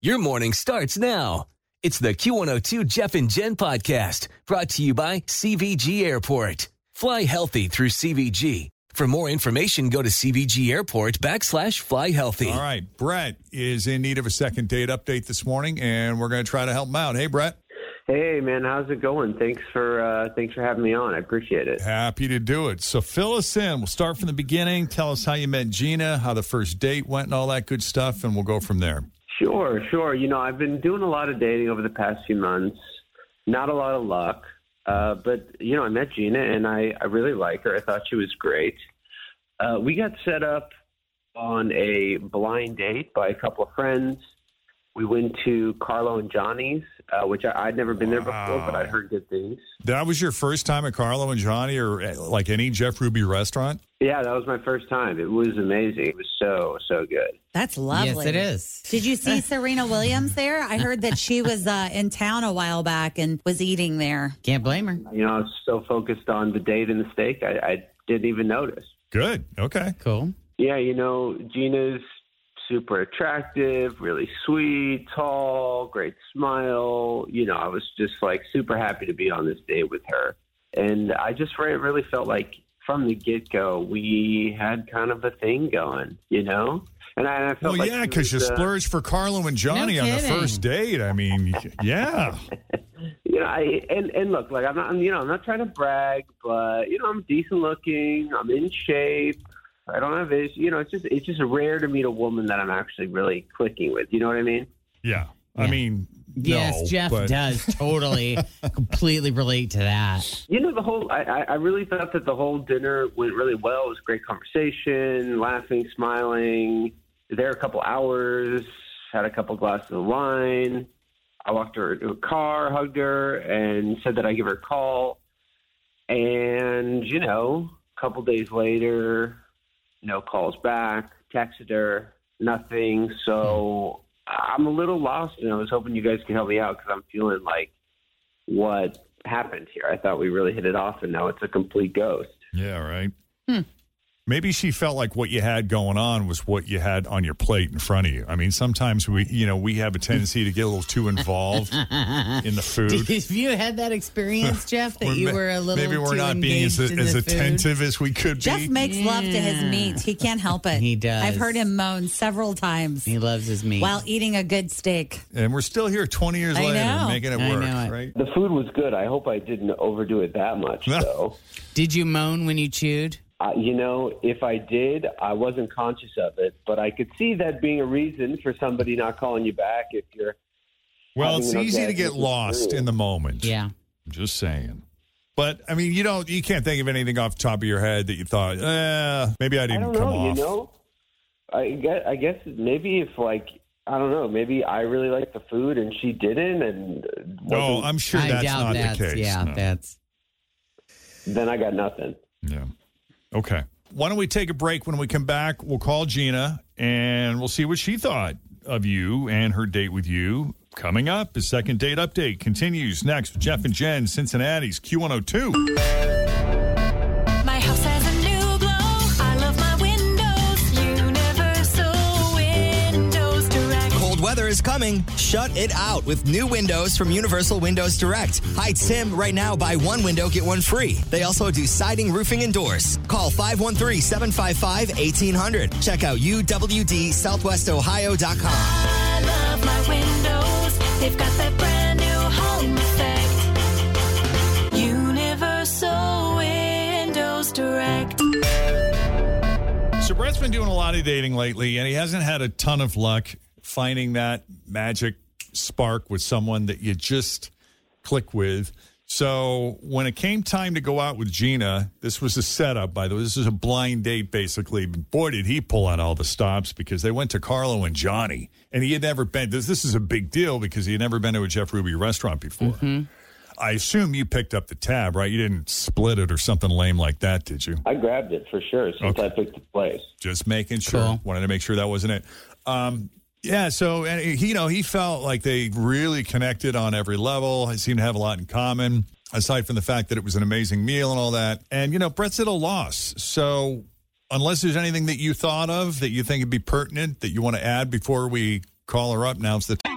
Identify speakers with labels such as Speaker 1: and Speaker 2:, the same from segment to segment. Speaker 1: Your morning starts now. It's the Q102 Jeff and Jen podcast brought to you by CVG Airport. Fly healthy through CVG. For more information, go to CVG Airport backslash fly healthy.
Speaker 2: All right, Brett is in need of a second date update this morning, and we're going to try to help him out. Hey, Brett,
Speaker 3: Hey man, how's it going? Thanks for uh, thanks for having me on. I appreciate it.
Speaker 2: happy to do it. So fill us in. We'll start from the beginning. Tell us how you met Gina, how the first date went, and all that good stuff, and we'll go from there.
Speaker 3: Sure, sure. You know, I've been doing a lot of dating over the past few months. Not a lot of luck, uh, but you know, I met Gina and I I really like her. I thought she was great. Uh, we got set up on a blind date by a couple of friends. We went to Carlo and Johnny's, uh, which I, I'd never been there before, but I heard good things.
Speaker 2: That was your first time at Carlo and Johnny, or uh, like any Jeff Ruby restaurant.
Speaker 3: Yeah, that was my first time. It was amazing. It was so so good.
Speaker 4: That's lovely.
Speaker 5: Yes, it is.
Speaker 4: Did you see Serena Williams there? I heard that she was uh, in town a while back and was eating there.
Speaker 5: Can't blame her.
Speaker 3: You know, I was so focused on the date and the steak, I, I didn't even notice.
Speaker 2: Good. Okay.
Speaker 5: Cool.
Speaker 3: Yeah, you know, Gina's super attractive, really sweet, tall, great smile. You know, I was just like super happy to be on this date with her. And I just re- really felt like from the get go, we had kind of a thing going, you know? And I, and I
Speaker 2: Well,
Speaker 3: felt like
Speaker 2: yeah,
Speaker 3: she
Speaker 2: because you
Speaker 3: was, uh,
Speaker 2: splurged for Carlo and Johnny on the
Speaker 5: kidding.
Speaker 2: first date. I mean, yeah.
Speaker 3: you know, I and and look, like I'm not, I'm, you know, I'm not trying to brag, but you know, I'm decent looking, I'm in shape. I don't have issues. You know, it's just it's just rare to meet a woman that I'm actually really clicking with. You know what I mean?
Speaker 2: Yeah. I mean,
Speaker 5: Yes,
Speaker 2: no,
Speaker 5: Jeff
Speaker 2: but-
Speaker 5: does totally completely relate to that.
Speaker 3: You know, the whole, I, I- I really thought that the whole dinner went really well. It was great conversation, laughing, smiling. There a couple hours, had a couple glasses of wine. I walked her to a car, hugged her, and said that I give her a call. And, you know, a couple days later, no calls back, texted her, nothing. So I'm a little lost, and I was hoping you guys could help me out because I'm feeling like what happened here. I thought we really hit it off, and now it's a complete ghost.
Speaker 2: Yeah, right.
Speaker 5: Hmm.
Speaker 2: Maybe she felt like what you had going on was what you had on your plate in front of you. I mean, sometimes we, you know, we have a tendency to get a little too involved in the food.
Speaker 5: If you had that experience, Jeff, that
Speaker 2: We're
Speaker 5: you
Speaker 2: ma-
Speaker 5: were a little
Speaker 2: maybe we're
Speaker 5: too
Speaker 2: not being as,
Speaker 5: engaged in
Speaker 2: as
Speaker 5: the food.
Speaker 2: attentive as we could
Speaker 4: Jeff
Speaker 2: be.
Speaker 4: makes love to his meat. He can't help it.
Speaker 5: He does.
Speaker 4: I've heard him moan several times
Speaker 5: He loves his meat.
Speaker 4: while eating a good steak.
Speaker 2: and we're still here 20 years
Speaker 4: I
Speaker 2: later
Speaker 4: know.
Speaker 2: making it
Speaker 5: I
Speaker 2: work,
Speaker 5: know it.
Speaker 2: right?
Speaker 3: The food was good. I hope I didn't overdo it that much, though.
Speaker 5: Did you moan when you chewed?
Speaker 3: Uh, you know, if I did, I wasn't conscious of it, but I could see that being a reason for somebody not calling you back if you're.
Speaker 2: Well,
Speaker 3: Having
Speaker 2: it's
Speaker 3: an
Speaker 2: easy to
Speaker 3: orgasm
Speaker 2: get
Speaker 3: is
Speaker 2: lost
Speaker 3: true.
Speaker 2: in the moment.
Speaker 5: Yeah.
Speaker 2: I'm just saying. But I mean, you don't, you can't think of anything off the top of your head that you thought, eh, maybe I
Speaker 3: I
Speaker 2: didn't
Speaker 3: don't
Speaker 2: come off.
Speaker 3: know. You know, I guess, I guess maybe if like I don't know, maybe I really liked the food and she didn't, and
Speaker 2: no,
Speaker 3: wasn't-
Speaker 2: I'm sure
Speaker 5: I
Speaker 2: that's
Speaker 5: doubt
Speaker 2: not
Speaker 5: that's
Speaker 2: the case.
Speaker 5: yeah,
Speaker 2: no.
Speaker 5: that's
Speaker 3: then I got nothing.
Speaker 2: Yeah. Okay. Why don't we take a break? When we come back, we'll call Gina and we'll see what she thought of you and her date with you. Coming up, a second date update continues next with Jeff and Jen, Cincinnati's Q102.
Speaker 6: My house has a new glow. I love my windows. Universal Windows Direct.
Speaker 7: Cold weather is coming. Shut it out with new windows from Universal Windows Direct. Hi Tim, right now buy one window, get one free. They also do siding, roofing, and doors. Call 513 755 1800. Check out uwdsouthwestohio.com.
Speaker 6: I love my windows. They've got that brand new home effect.
Speaker 2: Brett's been doing a lot of dating lately, and he hasn't had a ton of luck finding that magic spark with someone that you just click with. So when it came time to go out with Gina, this was a setup, by the way. This is a blind date, basically. Boy, did he pull out all the stops because they went to Carlo and Johnny, and he had never been. This this is a big deal because he had never been to a Jeff Ruby restaurant before. I assume you picked up the tab, right? You didn't split it or something lame like that, did you?
Speaker 3: I grabbed it for sure since I picked the place.
Speaker 2: Just making sure.
Speaker 5: Cool.
Speaker 2: Wanted to make sure that wasn't it. Um, yeah, so and he, you know, he felt like they really connected on every level. They seemed to have a lot in common, aside from the fact that it was an amazing meal and all that. And you know, Brett's at a loss. So unless there's anything that you thought of that you think would be pertinent that you want to add before we call her up, now's the time.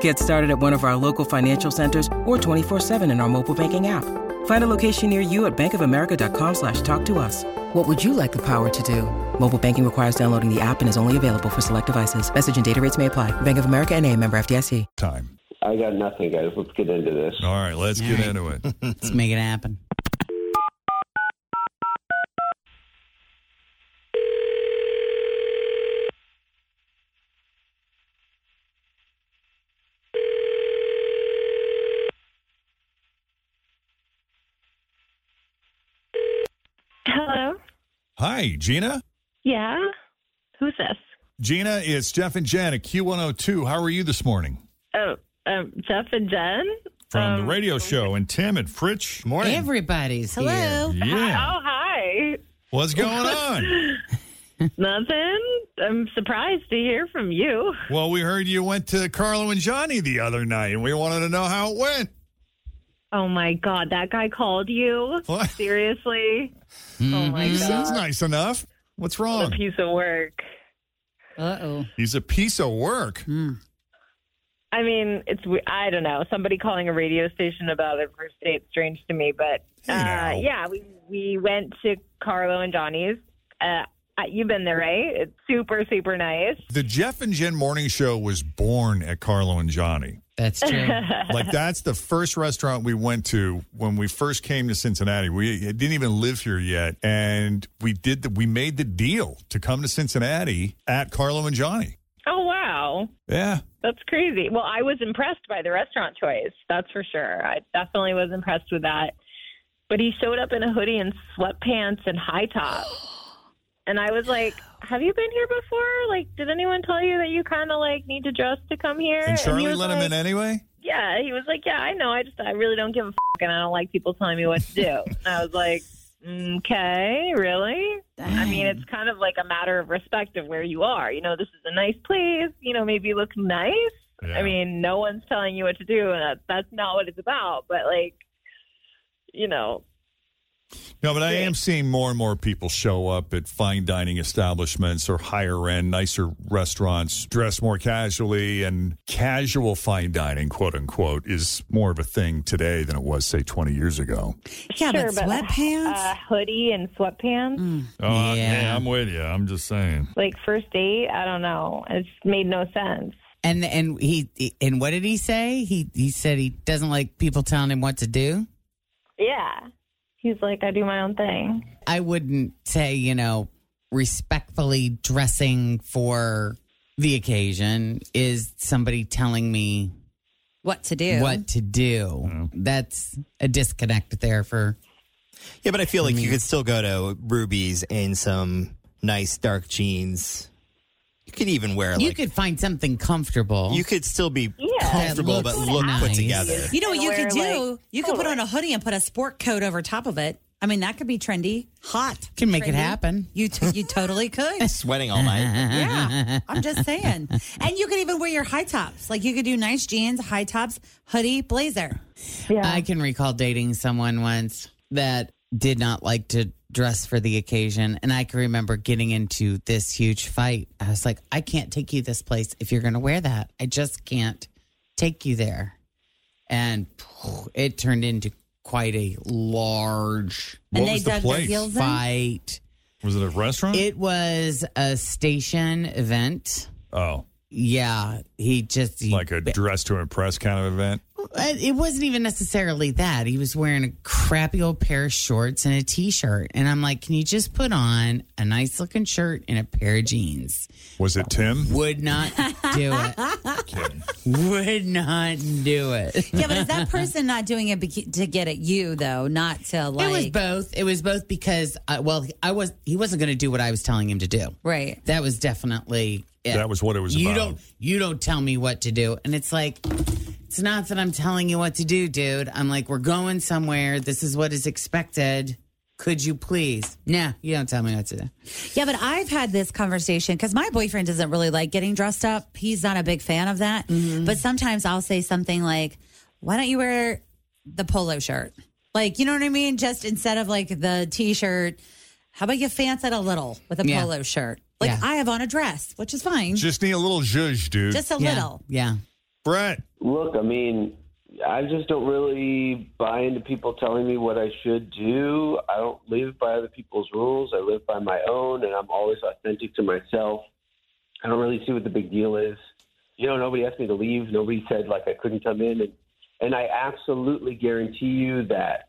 Speaker 8: Get started at one of our local financial centers or 24-7 in our mobile banking app. Find a location near you at bankofamerica.com slash talk to us. What would you like the power to do? Mobile banking requires downloading the app and is only available for select devices. Message and data rates may apply. Bank of America and a member FDIC.
Speaker 2: Time.
Speaker 3: I got nothing, guys. Let's get into this.
Speaker 2: All right, let's get into it.
Speaker 5: Let's make it happen.
Speaker 9: Hello.
Speaker 2: Hi, Gina.
Speaker 9: Yeah. Who's this?
Speaker 2: Gina, it's Jeff and Jan at Q102. How are you this morning?
Speaker 9: Oh, um, Jeff and Jen.
Speaker 2: From the radio show and Tim and Fritch. Morning.
Speaker 5: Everybody's
Speaker 4: Hello.
Speaker 2: yeah.
Speaker 9: Oh, hi.
Speaker 2: What's going on?
Speaker 9: Nothing. I'm surprised to hear from you.
Speaker 2: Well, we heard you went to Carlo and Johnny the other night, and we wanted to know how it went.
Speaker 9: Oh my God, that guy called you.
Speaker 2: What? Mm-hmm.
Speaker 9: Seriously, Oh, my
Speaker 2: He
Speaker 9: God.
Speaker 2: sounds nice enough. What's
Speaker 9: a
Speaker 2: wrong?
Speaker 9: piece of work.
Speaker 5: Uh oh.
Speaker 2: He's a piece of work.
Speaker 9: Uh, I mean, it's we- I don't know. Somebody calling a radio station about a first date strange to me, but
Speaker 2: Hey,
Speaker 9: uh,
Speaker 2: now.
Speaker 9: yeah, we we went to Carlo and Johnny's. Uh, uh, you've been there, right? It's super super nice.
Speaker 2: The Jeff and Jen Morning Show was born at Carlo and Johnny.
Speaker 5: That's true.
Speaker 2: Like that's the first restaurant we went to when we first came to Cincinnati. We didn't even live here yet, and we did. The, we made the deal to come to Cincinnati at Carlo and Johnny.
Speaker 9: Oh wow.
Speaker 2: Yeah,
Speaker 9: That's crazy. Well, I was impressed by the restaurant choice. That's for sure. I definitely was impressed with that. But he showed up in a hoodie and sweatpants and high top. And I was like, have you been here before? Like, did anyone tell you that you kind of like need to dress to come here?
Speaker 2: and
Speaker 9: he
Speaker 2: Charlie
Speaker 9: was
Speaker 2: let him
Speaker 9: like-
Speaker 2: in anyway.
Speaker 9: Yeah, he was like, yeah, I know. I just, I really don't give a f- and I don't like people telling me what to do. and I was like, okay, really? I mean, it's kind of like a matter of respect of where you are. You know, this is a nice place. You know, maybe look nice.
Speaker 2: Yeah.
Speaker 9: I mean, no one's telling you what to do, and that, that's not what it's about. But like, you know,
Speaker 2: No, but I am seeing more and more people show up at fine dining establishments or higher end, nicer restaurants, dress more casually, and casual fine dining, quote unquote, is more of a thing today than it was, say, 20 years ago.
Speaker 4: Yeah,
Speaker 9: sure,
Speaker 4: but
Speaker 9: but
Speaker 4: sweatpants.
Speaker 9: uh, hoodie and sweatpants,
Speaker 2: Oh,
Speaker 5: Yeah. yeah, I'm
Speaker 2: with you. I'm just saying.
Speaker 9: like first date. I don't know. It's made no sense.
Speaker 5: And and he he- and what did he say? He he said he doesn't like people telling him what to do.
Speaker 9: Yeah, he's like, I do my own thing.
Speaker 5: I wouldn't say, you know, respectfully dressing for the occasion is somebody telling me
Speaker 4: what to do?
Speaker 5: what to do.
Speaker 7: Mm.
Speaker 5: That's a disconnect there for
Speaker 7: Yeah, but I feel like you could still go to Ruby's in some nice dark jeans. You could even wear like
Speaker 5: you could find something comfortable.
Speaker 7: you could still be
Speaker 9: Yeah.
Speaker 7: comfortable
Speaker 5: That
Speaker 7: but
Speaker 5: looks
Speaker 7: look put
Speaker 5: nice.
Speaker 7: together.
Speaker 4: You know what you
Speaker 9: Wear,
Speaker 4: could do?
Speaker 9: like,
Speaker 4: you could put
Speaker 9: polo.
Speaker 4: on a hoodie and put a sport coat over top of it. I mean, that could be trendy, hot.
Speaker 5: can make it happen.
Speaker 4: You t- you totally could.
Speaker 7: Sweating all
Speaker 5: Uh-huh.
Speaker 7: night.
Speaker 4: Yeah, I'm just saying. And you could even wear your high tops. Like you could do nice jeans, high tops, hoodie, blazer.
Speaker 9: Yeah,
Speaker 5: I can recall dating someone once that did not like to dressed for the occasion. And I can remember getting into this huge fight. I was like, I can't take you this place if you're going to wear that. I just can't take you there. And it turned into quite a large
Speaker 2: And What they was the dug their place? heels in?
Speaker 5: fight.
Speaker 2: Was it a restaurant?
Speaker 5: It was a station event.
Speaker 2: oh,
Speaker 5: Yeah, he just
Speaker 2: like a dress to impress kind of event.
Speaker 5: it it wasn't even necessarily that. He was wearing a crappy old pair of shorts and a t shirt. And I'm like, can you just put on a nice looking shirt and a pair of jeans?
Speaker 2: Was it Tim?
Speaker 5: Would not do it. Would not do it.
Speaker 4: Yeah, but is that person not doing it bec- to get at you though, not to like
Speaker 5: It was both. It was both because, I, well, I was he wasn't going to do what I was telling him to do.
Speaker 4: right?
Speaker 5: That was definitely it.
Speaker 2: That was what it was
Speaker 5: You
Speaker 2: about.
Speaker 5: don't you don't tell me what to do. And it's like it's not that I'm telling you what to do, dude. I'm like we're going somewhere. This is what is expected. Could you please? Nah, you don't tell me what to do.
Speaker 4: Yeah, but I've had this conversation because my boyfriend doesn't really like getting dressed up. He's not a big fan of that.
Speaker 5: Mm-hmm.
Speaker 4: But sometimes I'll say something like, why don't you wear the polo shirt? Like, you know what I mean? Just instead of like the t shirt, how about you fancy it a little with a
Speaker 5: Yeah.
Speaker 4: polo shirt? Like,
Speaker 5: Yeah.
Speaker 4: I have on a dress, which is fine.
Speaker 2: Just need a little zhuzh, dude.
Speaker 4: Just a little.
Speaker 5: Yeah.
Speaker 2: Brett.
Speaker 3: Look, I mean, I just don't really buy into people telling me what I should do. I don't live by other people's rules. I live by my own, and I'm always authentic to myself. I don't really see what the big deal is. You know, nobody asked me to leave. Nobody said like I couldn't come in, and and I absolutely guarantee you that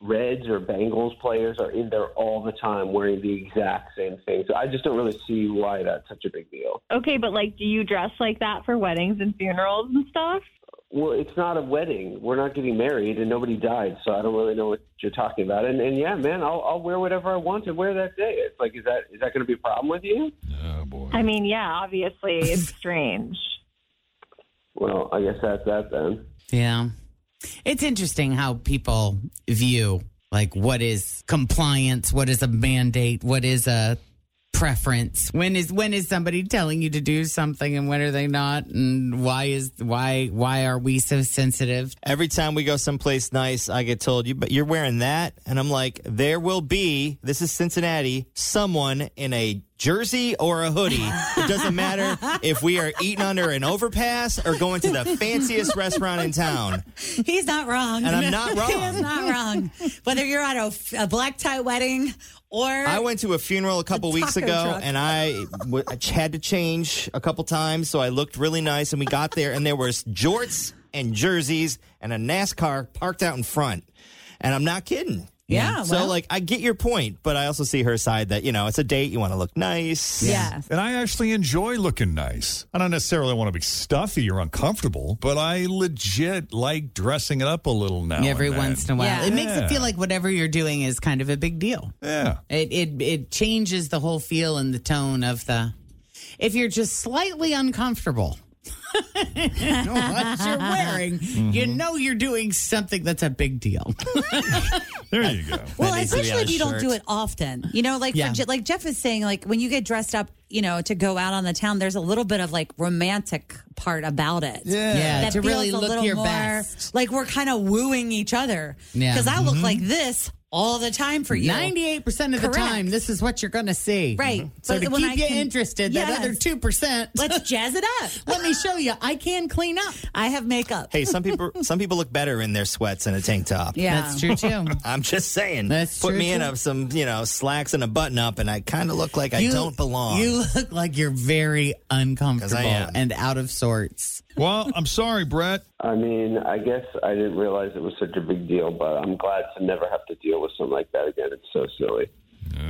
Speaker 3: Reds or Bengals players are in there all the time wearing the exact same thing. So I just don't really see why that's such a big deal.
Speaker 9: Okay, but like, do you dress like that for weddings and funerals and stuff?
Speaker 3: Well, it's not a wedding. We're not getting married, and nobody died, so I don't really know what you're talking about. And, and yeah, man, I'll, I'll wear whatever I want to wear that day. It's like, is that is that going to be a problem with you?
Speaker 2: Oh,
Speaker 9: I mean, yeah, obviously it's strange.
Speaker 3: Well, I guess that's that then.
Speaker 5: Yeah. It's interesting how people view like what is compliance, what is a mandate, what is a preference. When is when is somebody telling you to do something and when are they not and why is why why are we so sensitive?
Speaker 7: Every time we go someplace nice, I get told you, but you're wearing that, and I'm like, there will be. This is Cincinnati. Someone in a jersey or a hoodie. it doesn't matter if we are eating under an overpass or going to the fanciest restaurant in town.
Speaker 4: He's not wrong.
Speaker 7: And I'm not wrong.
Speaker 4: He's not wrong. Whether you're at a, f- a black tie wedding or
Speaker 7: I went to a funeral a couple weeks
Speaker 4: taco
Speaker 7: ago,
Speaker 4: truck.
Speaker 7: and I, w- I had to change a couple times, so I looked really nice. And we got there, and there was jorts and jerseys and a NASCAR parked out in front. And I'm not kidding.
Speaker 4: Yeah,
Speaker 7: So
Speaker 4: well-
Speaker 7: like, I get your point, but I also see her side that you know it's a date. You want to look nice.
Speaker 4: Yeah.
Speaker 2: And I actually enjoy looking nice. I don't necessarily want to be stuffy or uncomfortable, but I legit like dressing it up a little now.
Speaker 5: Every
Speaker 7: Oh,
Speaker 2: and then.
Speaker 5: once in a while. It makes
Speaker 2: Yeah.
Speaker 5: it feel like whatever you're doing is kind of a big deal.
Speaker 2: Yeah.
Speaker 5: It it it changes the whole feel and the tone of the if you're just slightly uncomfortable. you know what you're wearing,
Speaker 4: Mm-hmm.
Speaker 5: you know you're doing something that's a big deal.
Speaker 2: There you go.
Speaker 4: Well, especially if you don't do it often. You know, like
Speaker 5: Yeah.
Speaker 4: for Je- like Jeff is saying, like when you get dressed up, you know, to go out on the town, there's a little bit of like romantic part about it.
Speaker 5: Yeah. Yeah,
Speaker 4: that
Speaker 5: to
Speaker 4: feels
Speaker 5: really
Speaker 4: a
Speaker 5: look
Speaker 4: little
Speaker 5: your
Speaker 4: more,
Speaker 5: best.
Speaker 4: Like we're kind of wooing each other.
Speaker 5: Yeah.
Speaker 4: because I look like this all the time for you.
Speaker 5: 98% of the
Speaker 4: Correct.
Speaker 5: time, this is what you're going to see.
Speaker 4: Right.
Speaker 5: So
Speaker 4: But
Speaker 5: to
Speaker 4: when
Speaker 5: keep
Speaker 4: I
Speaker 5: you
Speaker 4: can-
Speaker 5: interested,
Speaker 4: Yes.
Speaker 5: that other 2%.
Speaker 4: Let's jazz it up.
Speaker 5: Let me show you. I can clean up.
Speaker 4: I have makeup.
Speaker 7: Hey, some people some people look better in their sweats and a tank top.
Speaker 4: Yeah.
Speaker 5: That's true, too.
Speaker 7: I'm just saying.
Speaker 5: That's
Speaker 7: Put
Speaker 5: true,
Speaker 7: me in
Speaker 5: too.
Speaker 7: a, some, you know, slacks and a button up, and I kind of look like I don't belong.
Speaker 5: You look like you're very uncomfortable
Speaker 7: am.
Speaker 5: and out of sorts.
Speaker 2: Well, I'm sorry, Brett.
Speaker 3: I mean, I guess I didn't realize it was such a big deal, but I'm glad to never have to deal with something like that again. It's so silly.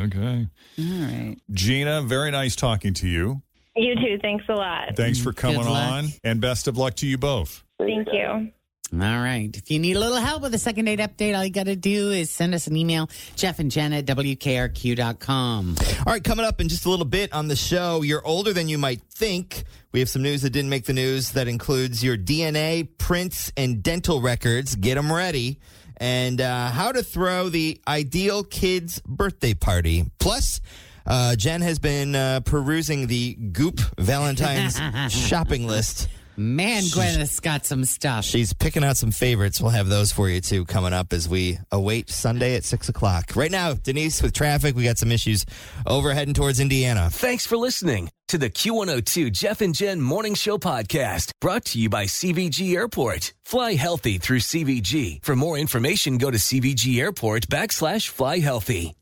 Speaker 2: Okay.
Speaker 5: All right.
Speaker 2: Gina, very nice talking to you.
Speaker 9: You too. Thanks a lot.
Speaker 2: Thanks for coming
Speaker 5: Good luck.
Speaker 2: on, and best of luck to you both.
Speaker 9: Thank you.
Speaker 5: All right. If you need a little help with a second date update, all you got to do is send us an email, Jeff and Jen at WKRQ.com.
Speaker 7: All right, coming up in just a little bit on the show, you're older than you might think. We have some news that didn't make the news that includes your DNA, prints, and dental records. Get them ready. And uh, how to throw the ideal kid's birthday party. Plus, uh, Jen has been uh, perusing the Goop Valentine's shopping list
Speaker 5: Man, Gwyneth's got some stuff.
Speaker 7: She's picking out some favorites. We'll have those for you too coming up as we await Sunday at six o'clock. Right now, Denise, with traffic, we got some issues over heading towards Indiana.
Speaker 1: Thanks for listening to the Q102 Jeff and Jen Morning Show podcast brought to you by CVG Airport. Fly healthy through CVG. For more information, go to CVG Airport backslash fly healthy.